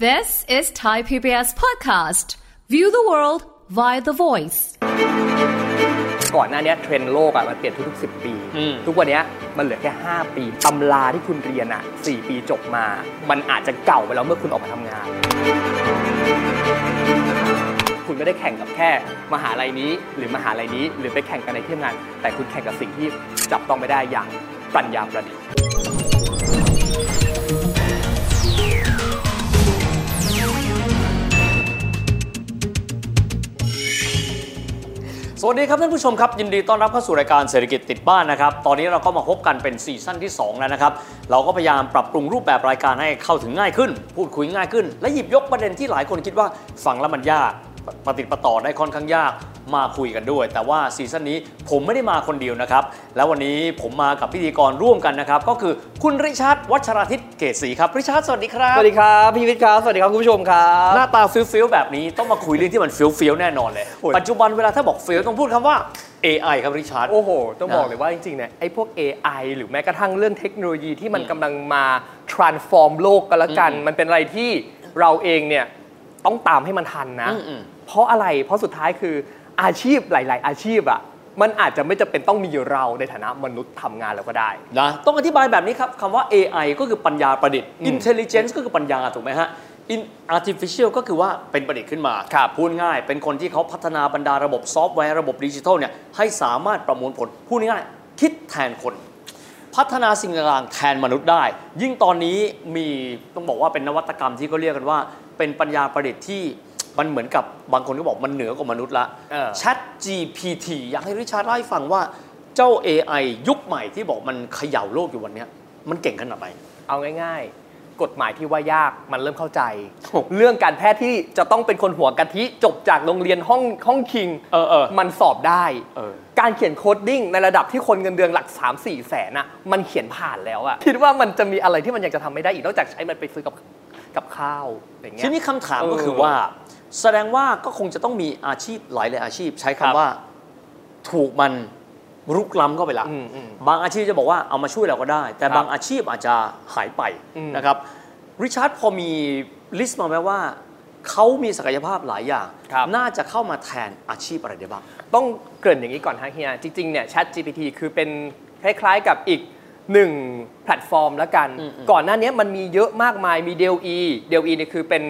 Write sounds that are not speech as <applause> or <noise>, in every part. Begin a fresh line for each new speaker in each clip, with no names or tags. This is Thai PBS Podcast. View the world via the voice.
ก่อนหน้าเนี้ยเทรนด์โลกอะมันเปลี่ยนทุกๆ 10 ปี ทุกวันเนี้ยมันเหลือแค่ 5 ปีตำราที่คุณเรียนอะ4 ปีจบมา มันอาจจะเก่าไปแล้วเมื่อคุณออกมาทำงาน คุณไม่ได้แข่งกับแค่มหาลัยนี้ หรือมหาลัยนี้ หรือไปแข่งกันในที่ทำงาน แต่คุณแข่งกับสิ่งที่จับต้องไม่ได้อย่างปัญญาประดิษฐ์
สวัสดีครับท่านผู้ชมครับ ยินดีต้อนรับเข้าสู่รายการเศรษฐกิจติดบ้านนะครับ ตอนนี้เราก็มาพบกันเป็นซีซั่นที่ 2 แล้วนะครับ เราก็พยายามปรับปรุงรูปแบบรายการให้เข้าถึงง่ายขึ้น พูดคุยง่ายขึ้น และหยิบยกประเด็นที่หลายคนคิดว่าฟังแล้วมันยากปฏิดประต่อได้ค่อนข้างยากมาคุยกันด้วย แต่ว่าซีซั่นนี้ผมไม่ได้มาคนเดียวนะครับ แล้ววันนี้ผมมากับพิธีกรร่วมกันนะครับก็คือคุณริชาร์ดวัชราทิตเกศศรีครับริชาร์ดสวัสดีครับ
สวัสดีครับพี่วิทย์ครับ สวัสดีครับคุณผู้ชมครั
หน้าตาฟิลๆแบบนี้ต้องมาคุยเรื่องที่มันฟิลๆแน่นอนเลย
โอ้ย
ปัจจุบันเวลาถ้าบอกฟิลต้องพูดคำว่า AI ครับริชาร์ด
โอ้โห ต้องบอก
นะ
เลยว่าจริงๆ เนี่ย ไอ้พวก AI หรือแม้กระทั่งเรื่องเทคโนโลยีที่มันกำลังมา transform โลกกันละกัน มันเป็นอะไรที่เราเองเนี่ย ต้องตามให้มันทันนะ
อืมอืม
เพราะอะไร เพราะสุดท้ายคืออาชีพหลาย ๆ อาชีพอะมันอาจจะไม่จำเป็นต้องมีเราในฐานะมนุษย์ทำงานแล้วก็ได้
นะต้องอธิบายแบบนี้ครับคำว่า AI ก็คือปัญญาประดิษฐ์
อืม
intelligence ก็คือปัญญา ถูกไหมฮะ in artificial ก็คือว่าเป็นประดิษฐ์ขึ้นมา
ครับ
พูดง่าย เป็นคนที่เขาพัฒนาบรรดาระบบซอฟต์แวร์ระบบดิจิทัลเนี่ยให้สามารถประมวลผล พูดง่ายๆคิดแทนคน พัฒนาสิ่งต่างๆแทนมนุษย์ได้ ยิ่งตอนนี้มีต้องบอกว่าเป็นนวัตกรรมที่เขาเรียกกันว่า เป็นปัญญาประดิษฐ์ที่มันเหมือนกับบางคนก็บอกมันเหนือกว่ามนุษย์ละ
เออ
Chat GPT อยากให้ริชาร์ดเล่าให้ฟังว่าเจ้า AI ยุคใหม่ที่บอกมันเขย่าโลกอยู่วันเนี้ยมันเก่งขนาดไหน
เอาง่าย ๆ กฎหมายที่ว่ายากมันเริ่มเข้าใจ
โอ้
เรื่องการแพทย์ที่จะต้องเป็นคนหัวกะทิจบจากโรงเรียนห้องห้องคิง
เออเออ
มันสอบได้
เออ
การเขียนโคดดิ้งในระดับที่คนเงินเดือนหลัก 3 4 แสนน่ะมันเขียนผ่านแล้วอะคิดว่ามันจะมีอะไรที่มันยังจะทำไม่ได้อีกนอกจากใช้มันไปซื้อกับกับข้าวอย่างเงี้ย
ทีนี้คำถามก็
เออ
คือว่า แสดงว่าก็คงจะต้องมีอาชีพหลายหลายๆอาชีพ ใช้
ครั
คำ
บ
ว่าถูกมันรุกล้ำเข้าไปละ
อืมอืม
บางอาชีพจะบอกว่าเอามาช่วยเราก็ได้ แต่
ครับ
บางอาชีพอาจจะหายไป
อืม
นะครับริชาร์ดพอมีลิสต์มาไหมว่าเขามีศักยภาพหลายอย่าง น่าจะเข้ามาแทนอาชีพอะไรได้บ้าง
ต้องเกริ่นอย่างนี้ก่อนฮะเฮีย จริง ๆ เนี่ย Chat GPT คือเป็นคล้ายๆกับอีกหนึ่งแพลตฟอร์มแล้วกัน
อืมอืม
ก่อนหน้าเนี้ยมันมีเยอะมากมายมี d e l e d e l e เนี่ยคือเป็น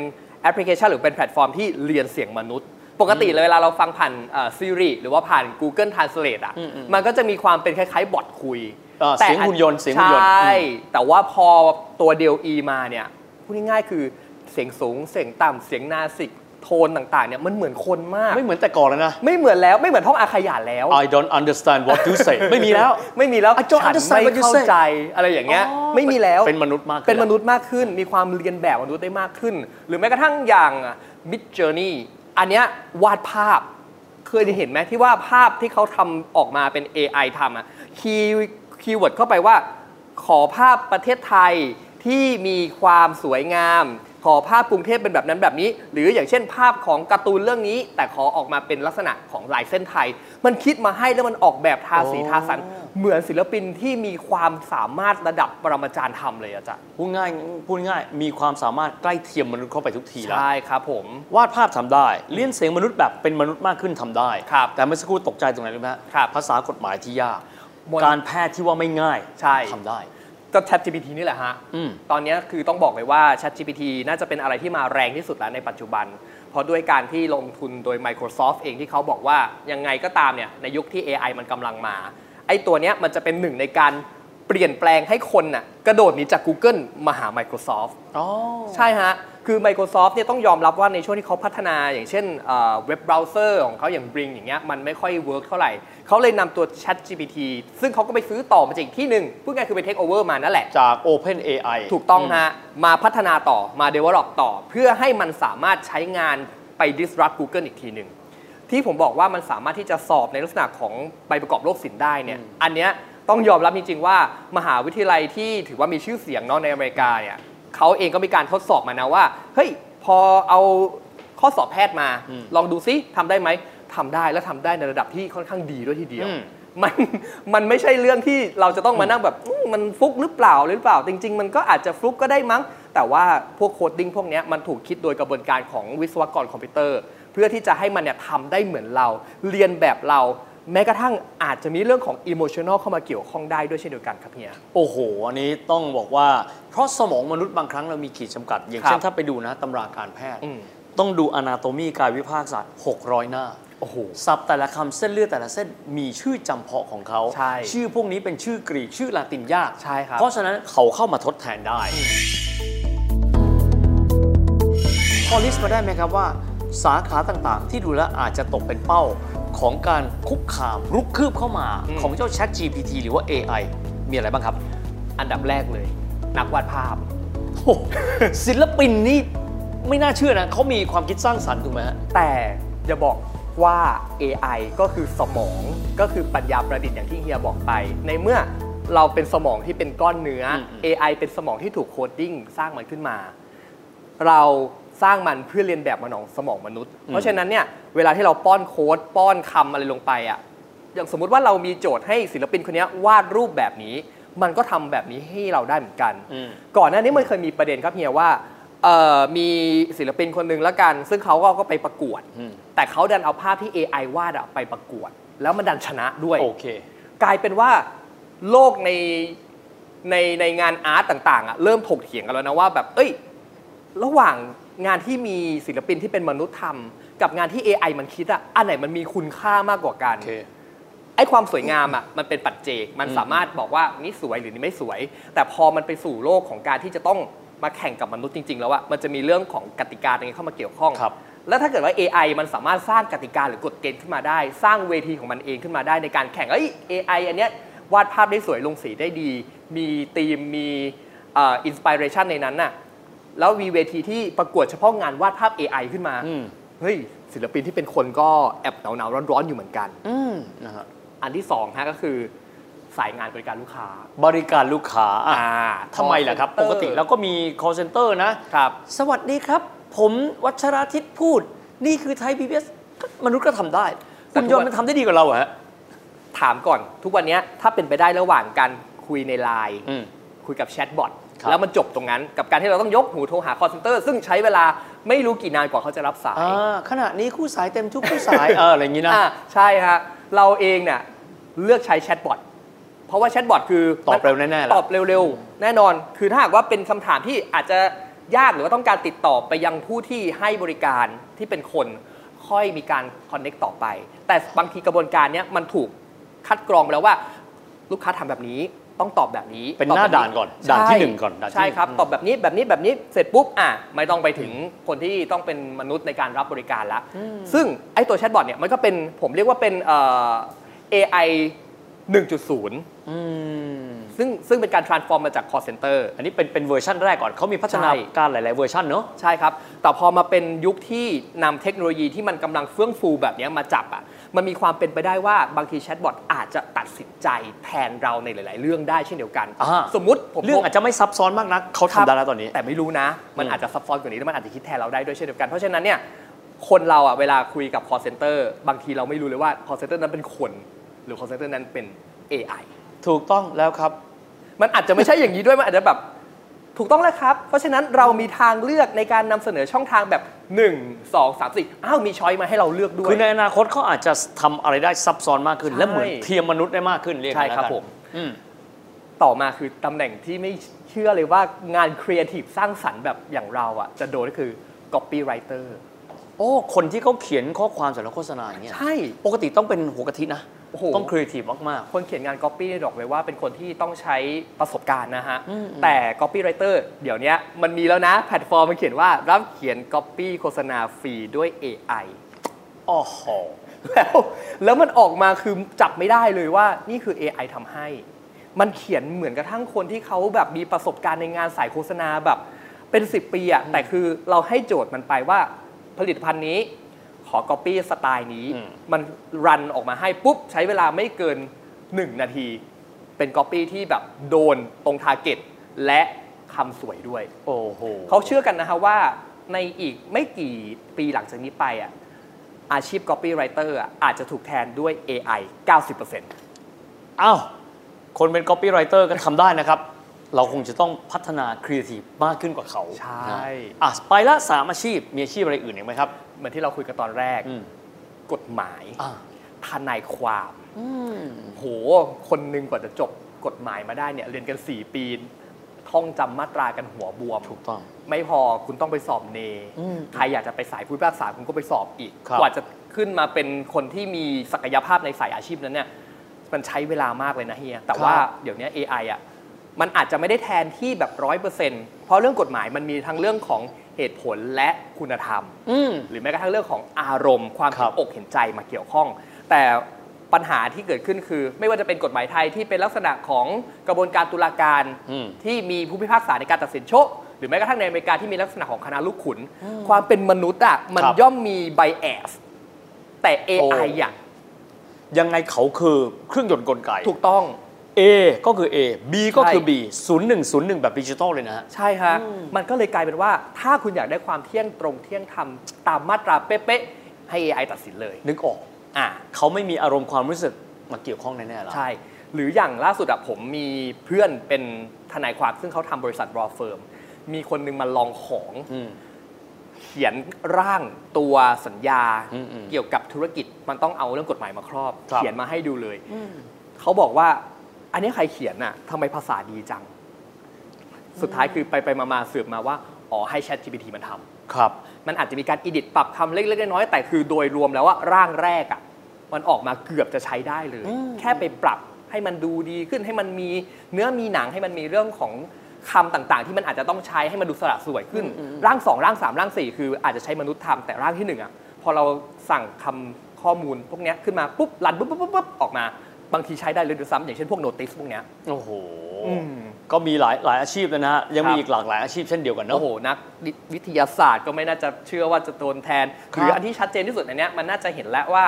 แอปพลิเคชันหรือเป็นแพลตฟอร์มที่เรียนเสียงมนุษย์ ปกติเลยเวลาเราฟังผ่านเอ่อ Siri หรือว่าผ่าน Google Translate อ่ะ
อืมอืม
มันก็จะมีความเป็นคล้ายๆบอทคุย
เอ่อเสียงหุ่นยนต์เสียงหุ่นยนต์
ใช่
อืม
แต่ว่าพอตัว d e l e มาเนี่ยพูดง่ายๆคือเสียงสูงเสียงต่ำเสียงนาสิกโทนต่างๆเนี่ยมันเหมือนคนมาก
ไม่เหมือนแต่ก่อนแล้วนะ
ไม่เหมือนแล้วไม่เหมือนห้องอาขยะแล้ว
I don't understand what you say <laughs> ไม่มีแล้ว
ไม่มีแล้ว
I don't
ฉัน
understand
ไม่
what you
เข้า
say
ใจอะไรอย่างเงี้ย
อ๋อ
ไม่มีแล้ว
เป็นมนุษย์มากขึ้น
เป็นมนุษย์มากขึ้น มีความเรียนแบบมนุษย์ได้มากขึ้น หรือแม้กระทั่งอย่าง Mid Journey อันเนี้ยวาดภาพ เคยเห็นไหมที่ว่าภาพที่เขาทำออกมาเป็น AI ทำอ่ะคีย์คีย์เวิร์ดเข้าไปว่า ขอภาพประเทศไทยที่มีความสวยงาม ขอภาพกรุงเทพเป็นแบบนั้นแบบนี้ หรืออย่างเช่นภาพของการ์ตูนเรื่องนี้ แต่ขอออกมาเป็นลักษณะของลายเส้นไทย มันคิดมาให้แล้วมันออกแบบทาสีทาสัน เหมือนศิลปินที่มีความสามารถระดับปรมาจารย์ทำเลยอะจ๊ะ
พูดง่ายพูดง่ายมีความสามารถใกล้เทียมมนุษย์เข้าไปทุกทีแล้ว
ใช่ครับผม
วาดภาพทำได้เลี้ยนเสียงมนุษย์แบบเป็นมนุษย์มากขึ้นทำได้
ครับ
แต่เมื่อสักครู่ตกใจตรงไหนรู้ไหมฮะ
ครับ
ภาษากฎหมายที่ยาก
มน
การแพทย์ที่ว่าไม่ง่าย
ใช่
ทำได้
ก็ Chat GPT นี่แหละฮะ
อืม
ตอนเนี้ยคือต้องบอกเลยว่า Chat GPT น่าจะเป็นอะไรที่มาแรงที่สุดแล้วในปัจจุบัน เพราะด้วยการที่ลงทุนโดย Microsoft เองที่เขาบอกว่ายังไงก็ตามเนี่ยในยุคที่ AI มันกำลังมา ไอ้ตัวเนี้ยมันจะเป็นหนึ่งในการเปลี่ยนแปลงให้คนน่ะกระโดดหนีจาก Google มาหา Microsoft
อ๋อ
ใช่ฮะ คือ Microsoft เนี่ยต้องยอมรับว่าในช่วงที่เขาพัฒนาอย่างเช่นเอ่อเว็บเบราว์เซอร์ของเขาอย่าง Bing อย่างเงี้ยมันไม่ค่อยเวิร์กเท่าไหร่ เขาเลยนำตัว Chat GPT ซึ่งเขาก็ไปซื้อต่อมาจากอีกที่หนึ่งพูดง่ายๆคือไปเทคโอเวอร์มานั่นแหละ
จาก Open AI
ถูกต้องฮะ มาพัฒนาต่อมา develop ต่อ เพื่อให้มันสามารถใช้งานไป disrupt Google อีกทีหนึ่ง ที่ผมบอกว่ามันสามารถที่จะสอบในลักษณะของใบประกอบโรคศิลป์ได้เนี่ย อันเนี้ยต้องยอมรับจริงๆว่า มหาวิทยาลัยที่ถือว่ามีชื่อเสียงเนอะในอเมริกาเนี่ยเขาเองก็มีการทดสอบมานะว่า เฮ้ย พอเอาข้อสอบแพทย์มา ลองดูซิทำได้ไหมทำได้และทำได้ในระดับที่ค่อนข้างดีด้วยทีเดียว
อืม
มัน <laughs> มันไม่ใช่เรื่องที่เราจะต้องมานั่งแบบอื้อมันฟลุกหรือเปล่าหรือเปล่า จริง ๆ มันก็อาจจะฟลุกก็ได้มั้ง แต่ว่าพวกโคดดิ้งพวกเนี้ยมันถูกคิดโดยกระบวนการของวิศวกรคอมพิวเตอร์ เพื่อที่จะให้มันเนี่ยทำได้เหมือนเรา เรียนแบบเรา แม้กระทั่งอาจจะมีเรื่องของ emotional เข้ามาเกี่ยวข้องได้ด้วยเช่นเดียวกันครับเฮีย
โอ้โห อันนี้ต้องบอกว่า เพราะสมองมนุษย์บางครั้งเรามีขีดจำกัด อย่าง
ครับ
เช่นถ้าไปดูนะตำราการแพทย์
อืม
ต้องดู anatomy กายวิภาคศาสตร์ 600 หน้า
โอ้โห
ศัพท์แต่ละคำเส้นเลือดแต่ละเส้นมีชื่อจำเพาะของเขา
ใช่
ชื่อพวกนี้เป็นชื่อกรีกชื่อลาตินยาก
ใช่ครับ
เพราะฉะนั้นเขาเข้ามาทดแทนได้พอลิสต์มาได้ไหมครับว่า สาขาต่างๆ ที่ดูแลวอาจจะตกเป็นเป้าของการคุกคามรุกคืบเข้ามาของเจ้า Chat GPT หรือว่า AI มีอะไรบ้างครับ
อันดับแรกเลย นักวาดภาพ
โอ้โห <laughs> ศิลปินนี่ไม่น่าเชื่อนะเขามีความคิดสร้างสรรค์ถูกไหมฮะ
แต่อย่าบอกว่า AI ก็คือสมองก็คือปัญญาประดิษฐ์อย่างที่เฮียบอกไป ในเมื่อเราเป็นสมองที่เป็นก้อนเนื้ออ
ม
AI เป็นสมองที่ถูกโคดดิ้งสร้างมันขึ้นมา เราสร้างมันเพื่อเรียนแบบมนองสมองมนุษย์ เพราะฉะนั้นเนี่ยเวลาที่เราป้อนโค้ดป้อนคำอะไรลงไปอ่ะอย่างสมมุติว่าเรามีโจทย์ให้ศิลปินคนเนี้ยวาดรูปแบบนี้ มันก็ทำแบบนี้ให้เราได้เหมือนกัน
อืม
ก่อนหน้านี้มันเคยมีประเด็นครับเฮียว่าเอ่อมีศิลปินคนหนึ่งละกัน ซึ่งเขาก็ก็ไปประกวด
อืม
แต่เขาดันเอาภาพที่ AI วาดอะไปประกวด แล้วมันดันชนะด้วย
โอเค
กลายเป็นว่าโลกในในในงานอาร์ตต่างๆอะเริ่มถกเถียงกันแล้วนะว่าแบบเอ้ย ระหว่างงานที่มีศิลปินที่เป็นมนุษย์ทำกับงานที่ AI มันคิดอะอันไหนมันมีคุณค่ามากกว่ากัน
โอเค
ไอ้ความสวยงามอ่ะมันเป็นปัจเจก มันสามารถบอกว่านี่สวยหรือนี่ไม่สวย แต่พอมันไปสู่โลกของการที่จะต้องมาแข่งกับมนุษย์จริง ๆ แล้วอะมันจะมีเรื่องของกติกาตรงนี้เข้ามาเกี่ยวข้อง
ครับ
แล้วถ้าเกิดว่า AI มันสามารถสร้างกติกาหรือกฎเกณฑ์ขึ้นมาได้ สร้างเวทีของมันเองขึ้นมาได้ในการแข่งเอ้ย AI อันเนี้ยวาดภาพได้สวยลงสีได้ดี มีธีมมีเอินสปิเรชันในนั้นน่ะแล้วมีเวทีที่ประกวดเฉพาะงานวาดภาพ AI ขึ้นมา
อืม
เฮ้ยศิลปินที่เป็นคนก็แอบหนาวๆร้อนๆอยู่เหมือนกัน
อืมนะฮะ
อันที่2ฮะก็คือสายงานบริการลูกค้า
บริการลูกค้าอ่ะ
อ่า
ทำไมล่ะครับ ปกติแล้วก็มี call center นะ
ครับ
สวัสดีครับ ผมวัชราทิตพูด นี่คือไทย PBS ก็มนุษย์ก็ทำได้คุณยนต์มันทำได้ดีกว่าเราเหรอฮะ
ถามก่อน ทุกวันเนี้ยถ้าเป็นไปได้ระหว่างการคุยในไลน์
อืม
คุยกับแชทบอท
ครับ
แล้วมันจบตรงนั้น กับการที่เราต้องยกหูโทรหาคอ l เซนเตอร์ซึ่งใช้เวลาไม่รู้กี่นานกว่าเขาจะรับสาย
่าขณะนี้คู่สายเต็มทุกคู่
<laughs>
สายเอออะไรอย่างนี้นะ
อ่าใช่ฮะเราเองเนี่ยเลือกใช้แชทบอทเพราะว่าแชทบอทคือ
ตอบเร็วแน่ๆล่ะ
ตอบเร็วๆ แน่นอน คือถ้าหากว่าเป็นคำถามที่อาจจะยากหรือว่าต้องการติดต่อไปยังผู้ที่ให้บริการที่เป็นคนค่อยมีการคอนเน็กต่อไป แต่บางทีกระบวนการเนี้ยมันถูกคัดกรองไปแล้วว่า ลูกค้าทำแบบนี้ต้องตอบแบบนี้
เป็น
ตอบ
หน้า
แบบ
ด่านก่อนด่านที่
ใช่
หนึ่งก่อนด่านที่
ใช่
หนึ่ง
ครับ ตอบแบบนี้แบบนี้แบบนี้เสร็จปุ๊บอ่ะไม่ต้องไปถึงคนที่ต้องเป็นมนุษย์ในการรับบริการละซึ่งไอ้ตัวแชทบอทเนี่ยมันก็เป็นผมเรียกว่าเป็นเอ่อ AI 1.0
อืม
ซึ่งซึ่งเป็นการ transform มาจาก call center
อันนี้เป็นเป็นเวอร์ชันแรกก่อนเขามีพัฒนา
ใช่
การหลายๆเวอร์ชันเนอะ
ใช่ครับ แต่พอมาเป็นยุคที่นำเทคโนโลยีที่มันกำลังเฟื่องฟูแบบเนี้ยมาจับอ่ะ มันมีความเป็นไปได้ว่าบางทีแชทบอทอาจจะตัดสินใจแทนเราในหลาย ๆ เรื่องได้เช่นเดียวกัน
อ่า
สมมุติผม
เรื่องอาจจะไม่ซับซ้อนมากนักเขา
ครับ
ทำได้แล้วตอนนี้
แต่ไม่รู้นะ มัน
อืม
อาจจะซับซ้อนกว่านี้แล้วมันอาจจะคิดแทนเราได้ด้วยเช่นเดียวกัน เพราะฉะนั้นเนี่ยคนเราอ่ะเวลาคุยกับ call center บางทีเราไม่รู้เลยว่า call center นั้นเป็นคน หรือ call center นั้นเป็น AI
ถูกต้องแล้วครับ
มันอาจจะไม่ใช่อย่างนี้ด้วย มันอาจจะแบบถูกต้องแล้วครับ เพราะฉะนั้นเรามีทางเลือกในการนำเสนอช่องทางแบบ 1 2 3 4อ้าวมีช้อยมาให้เราเลือกด้วย
คือในอนาคตเขาอาจจะทำอะไรได้ซับซ้อนมากขึ้น
ใช่
และเหมือนเทียมมนุษย์ได้มากขึ้นเรียก
ใช่
อย่าง
ค
นั้น
รับผ
แล้วกัน
ม
อืม
ต่อมาคือตำแหน่งที่ไม่เชื่อเลยว่างานครีเอทีฟสร้างสรรค์แบบอย่างเราอ่ะจะโดนก็คือ copywriter
โอ้ คนที่เขาเขียนข้อความสำหรับโฆษณาอย่างเงี้ย
ใช่
ปกติต้องเป็นหัวกะทินะ
โอ้โห
ต้องครีเอทีฟมาก
คนเขียนงาน Copy ได้บอกไว้ว่าเป็นคนที่ต้องใช้ประสบการณ์นะฮะ แต่ Copywriter เดี๋ยวเนี้ยมันมีแล้วนะ แพลตฟอร์มมันเขียนว่ารับเขียน Copy โฆษณาฟรีด้วย AI
ๆอ๋อโห
แล้วแล้วมันออกมาคือจับไม่ได้เลยว่านี่คือ AI ทำให้ มันเขียนเหมือนกระทั่งคนที่เขาแบบมีประสบการณ์ในงานสายโฆษณาแบบเป็น 10 ปีอะแต่คือเราให้โจทย์มันไปว่าผลิตภัณฑ์นี้ ขอ Copy สไตล์นี้ มันรันออกมาให้ปุ๊บ ใช้เวลาไม่เกิน 1 นาที เป็น Copy ที่แบบโดนตรงทาร์เก็ตและคำสวยด้วย
โอ้โห
เขาเชื่อกันนะฮะว่าในอีกไม่กี่ปีหลังจากนี้ไปอ่ะอาชีพ copywriter อ่ะอาจจะถูกแทนด้วย AI 90%
อ้าวคนเป็น copywriter ก็ทำได้นะครับ เราคงจะต้องพัฒนา creative มากขึ้นกว่าเขา
ใช่
นะอ่ะไปละสามอาชีพ มีอาชีพอะไรอื่นอีกไหมครับ
เหมือนที่เราคุยกันตอนแรก
อืม
กฎหมาย
อ่า
ทนายความโห คนหนึ่งกว่าจะจบกฎหมายมาได้เนี่ย เรียนกัน 4 ปี ท่องจำมาตรากันหัวบวม
ถูกต้อง
ไม่พอคุณต้องไปสอบเน
อืม
ใครอยากจะไปสายผู้พิพากษาคุณก็ไปสอบอีก
ครับ
กว่าจะขึ้นมาเป็นคนที่มีศักยภาพในสายอาชีพนั้นเนี่ย มันใช้เวลามากเลยนะเฮีย แต่ว่าเดี๋ยวนี้ AI อ่ะ มันอาจจะไม่ได้แทนที่แบบร้อยเปอร์เซ็นต์เพราะเรื่องกฎหมายมันมีทั้งเรื่องของเหตุผลและคุณธรรม
อืม
หรือแม้กระทั่งเรื่องของอารมณ์ความ
ครั
เห็
บ
นอกเห็นใจมาเกี่ยวข้อง แต่ปัญหาที่เกิดขึ้นคือ ไม่ว่าจะเป็นกฎหมายไทยที่เป็นลักษณะของกระบวนการตุลาการ
อืม
ที่มีผู้พิพากษาในการตัดสินโชคหรือแม้กระทั่งในอเมริกาที่มีลักษณะของคณะลูกขุน ความเป็นมนุษย์อะมัน
ครับ
ย่อมมีไบแอสแต่ AI
โอ้
อ่ะ
ยังไงเขาคือเครื่องยนต์กลไก
ถูกต้อง
A ก็คือ A B ก็คือ
ใช่
B 0101 แบบดิจิตอลเลยนะฮะ
ใช่ฮะมันก็เลยกลายเป็นว่า ถ้าคุณอยากได้ความเที่ยงตรงเที่ยงธรรมตามมาตราเป๊ะๆให้ AI ตัดสินเลย
นึกออก
อ่ะ
เขาไม่มีอารมณ์ความรู้สึกมาเกี่ยวข้องแน่ๆหรอ
ใช่ หรืออย่างล่าสุดอะผมมีเพื่อนเป็นทนายความซึ่งเขาทำบริษัท law firm มีคนหนึงมาลองของ
อืม
เขียนร่างตัวสัญญา
อืมอืม
เกี่ยวกับธุรกิจมันต้องเอาเรื่องกฎหมายมาครอบ
ครับ
เขียนมาให้ดูเลย เขาบอกว่า อันนี้ใครเขียนน่ะทำไมภาษาดีจัง สุดท้ายคือไปไปมามาสืบมาว่าอ๋อให้ Chat GPT มันทำ
ครับ
มันอาจจะมีการอิดิตปรับคำเล็กๆน้อยๆแต่คือโดยรวมแล้วว่าร่างแรกอะ่ะมันออกมาเกือบจะใช้ได้เลย แค่ไปปรับให้มันดูดีขึ้นให้มันมีเนื้อมีหนังให้มันมีเรื่องของคำต่างๆ ที่มันอาจจะต้องใช้ให้มันดูสละสวยขึ้น ร่างสองร่างสามร่างสี่คืออาจจะใช้มนุษย์ทำแต่ร่างที่หนึ่งอ่ะพอเราสั่งคำข้อมูลพวกเนี้ยขึ้นมาปุ๊บรันปุ๊บปุ๊บปุ๊บปุ๊บออกมา บางทีใช้ได้เลยด้วยซ้ำอย่างเช่นพวกโนติสพวกเนี้ย
โอ้โห
อืม
ก็มีหลายหลายอาชีพเลยนะฮะ ยัง
ครับ
มีอีกหลากหลายอาชีพเช่นเดียวกันเนอะ
โอ้โห นักวิวิทยาศาสตร์ก็ไม่น่าจะเชื่อว่าจะโดนแทนห
ครับ
รืออันที่ชัดเจนที่สุดในเนี้ยมันน่าจะเห็นแล้วว่า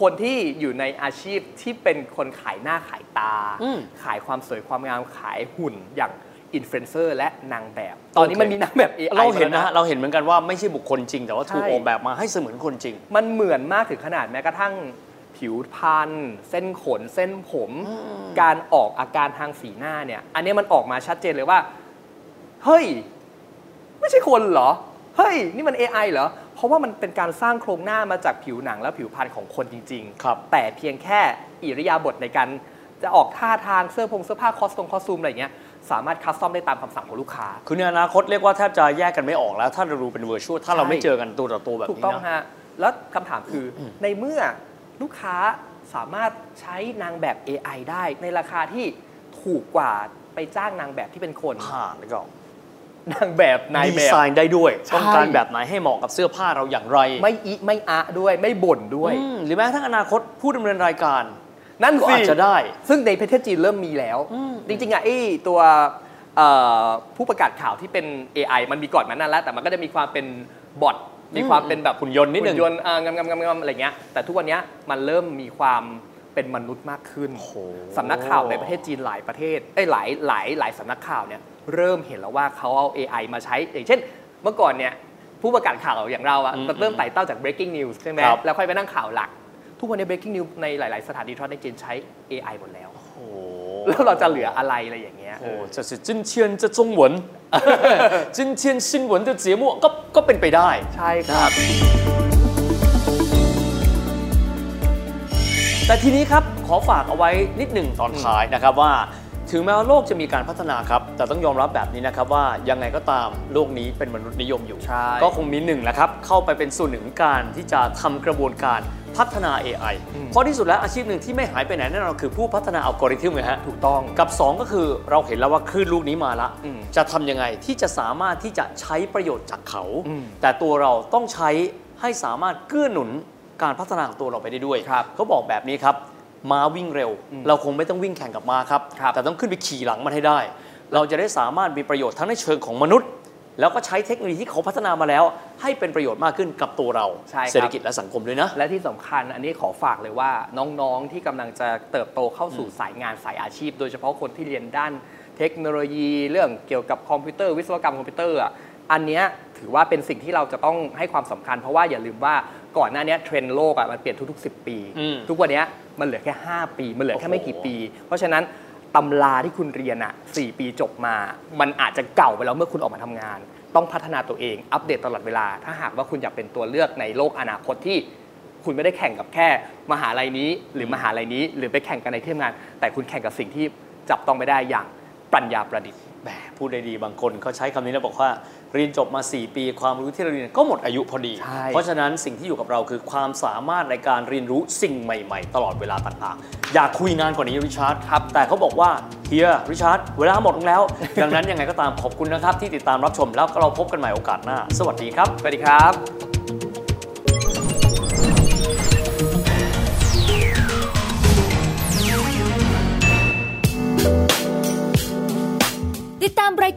คนที่อยู่ในอาชีพที่เป็นคนขายหน้าขายตา ขายความสวยความงามขายหุ่นอย่างอินฟลูเอนเซอร์และนางแบบ ตอนนี้มันมีนางแบบ AI
เราเห็นนะฮะ
แล้ว
เราเห็นเหมือนกันว่าไม่ใช่บุคคลจริง แต่ว่าถูก
ใช่
ออกแบบมาให้เสมือนคนจริง
มันเหมือนมากถึงขนาดแม้กระทั่งผิวพรรณเส้นขนเส้นผม การออกอาการทางสีหน้าเนี่ย อันเนี้ยมันออกมาชัดเจนเลยว่า เฮ้ย ไม่ใช่คนเหรอ เฮ้ย นี่มัน AI เหรอ เพราะว่ามันเป็นการสร้างโครงหน้ามาจากผิวหนังและผิวพรรณของคนจริง
ครับ
แต่เพียงแค่อิริยาบถในการจะออกท่าทางเสื้อผงเสื้อผ้าคอสตงคอสตูมอะไรอย่างเงี้ยสามารถคัสตอมได้ตามคำสั่งของลูกค้า
คือในอนาคตเรียกว่าแทบจะแยกกันไม่ออกแล้ว ถ้าเราดูเป็นเวอร์ชวลถ้าเรา
ใช่
ไม่เจอกันตัวต่อตัวแบบ
ถูก
นี้
ต้อง
นะ
ฮะ แล้วคำถามคืออในเมื่อลูกค้าสามารถใช้นางแบบ AI ได้ในราคาที่ถูกกว่าไปจ้างนางแบบที่เป็นคน
ผ่านแล้วก็
นางแบบนาย
ดี
แบบ
ไซน์ได้ด้วย
ใช่
ต้องการแบบไหนให้เหมาะกับเสื้อผ้าเราอย่างไร
ไม่อิไม่อะด้วยไม่บ่นด้วย
อืมหรือแม้กระทั้งอนาคตผู้ดำเนินรายการ
นั่น
ก็
สิ
อาจจะได้
ซึ่งในประเทศจีนเริ่มมีแล้ว จริงๆอ่ะไอ้ตัวเอ่อผู้ประกาศข่าวที่เป็น AI มันมีก่อนมานานแล้ว แต่มันก็จะมีความเป็นบอทมีความเป็นแบบ
หุ่นยนต์นิดหนึ่ง
หุ่นยนต์อ่างำงำงำอะไรเงี้ยแต่ทุกวันเนี้ยมันเริ่มมีความเป็นมนุษย์มากขึ้น สำนักข่าวในประเทศจีนหลายประเทศเอ้ยหลายหลายหลายสำนักข่าวเนี่ยเริ่มเห็นแล้วว่าเขาเอา AI มาใช้ อย่างเช่น เมื่อก่อนเนี่ยผู้ประกาศข่าวอย่างเราอะ
อืม
มันเริ่มไต่เต้าจาก breaking news ใช่ไหม
ครับ
แล้วค่อยไปนั่งข่าวหลัก ทุกวันนี้ breaking news ในหลาย ๆ สถานีโทรทัศน์ในจีนใช้ AI หมดแล้ว
โอ้โห
แล้วเราจะเหลืออะไรอะไรอย่างเงี้ย
โอ้โหจะสิจินเชียนจะจงห
<laughs>
วนจินเชียนซินหวนจะเสียมั่วก็ก็เป็นไปได้
ใช่ครับ
แต่ทีนี้ครับ ขอฝากเอาไว้นิดหนึ่งตอนท้ายนะครับว่า ถึงแม้ว่าโลกจะมีการพัฒนาครับ แต่ต้องยอมรับแบบนี้นะครับว่ายังไงก็ตามโลกนี้เป็นมนุษย์นิยมอยู่
ใช่
ก็คงมีหนึ่งแหละครับ เข้าไปเป็นส่วนหนึ่งของการที่จะทำกระบวนการพัฒนา AI เพราะที่สุดแล้วอาชีพหนึ่งที่ไม่หายไปไหนแน่นอนคือผู้พัฒนาอัลกอริทึมนะฮะ
ถูกต้อง
กับ 2 ก็คือเราเห็นแล้วว่าคลื่นลูกนี้มาละ
อืม
จะทำยังไงที่จะสามารถที่จะใช้ประโยชน์จากเขา
อืม
แต่ตัวเราต้องใช้ให้สามารถเกื้อหนุนการพัฒนาของตัวเราไปได้ด้วย
ครับ
เขาบอกแบบนี้ครับ ม้าวิ่งเร็ว เราคงไม่ต้องวิ่งแข่งกับม้าครับ
ครับ
แต่ต้องขึ้นไปขี่หลังมันให้ได้ เราจะได้สามารถมีประโยชน์ทั้งในเชิงของมนุษย์ แล้วก็ใช้เทคโนโลยีที่เขาพัฒนามาแล้ว ให้เป็นประโยชน์มากขึ้นกับตัวเรา
ใช่ครับ
เศรษฐกิจและสังคมด้วยนะ
และที่สำคัญอันนี้ขอฝากเลยว่าน้องๆที่กำลังจะเติบโตเข้าสู่สายงานสายอาชีพ โดยเฉพาะคนที่เรียนด้านเทคโนโลยี เรื่องเกี่ยวกับคอมพิวเตอร์วิศวกรรมคอมพิวเตอร์อะอันเนี้ย ถือว่าเป็นสิ่งที่เราจะต้องให้ความสำคัญ เพราะว่าอย่าลืมว่าก่อนหน้าเนี้ยเทรนด์โลกอ่ะมันเปลี่ยนทุก ๆ 10 ปี
อืม
ทุกวันเนี้ยมันเหลือแค่ 5 ปี มันเหลือแค่ไม่กี่
โอ้โห
ปี เพราะฉะนั้นตำราที่คุณเรียนอ่ะ4ปีจบมา มันอาจจะเก่าไปแล้วเมื่อคุณออกมาทำงาน ต้องพัฒนาตัวเองอัปเดตตลอดเวลา ถ้าหากว่าคุณอยากเป็นตัวเลือกในโลกอนาคตที่ คุณไม่ได้แข่งกับแค่มหาลัยนี้ หรือมหาลัยนี้ หรือไปแข่งกันในที่ทำงาน แต่คุณแข่งกับสิ่งที่จับต้องไม่ได้อย่างปัญญาประดิษฐ์
แหมพูดได้ดีบางคนเขาใช้คำนี้แล้วบอกว่าเรียนจบมา 4 ปี ความรู้ที่เราเรียนก็หมดอายุพอดี
ใช่
เพราะฉะนั้นสิ่งที่อยู่กับเราคือความสามารถในการเรียนรู้สิ่งใหม่ๆ ตลอดเวลาต่างๆ อยากคุยนานกว่านี้ริชาร์ดครับ แต่เขาบอกว่าเฮียริชาร์ดเวลาหมดลงแล้ว <laughs> ดังนั้นยังไงก็ตามขอบคุณนะครับ ที่ติดตามรับชมแล้วก็เราพบกันใหม่โอกาสหน้า สวัสดีครับ
สวัสดีครับ
ติดตามราย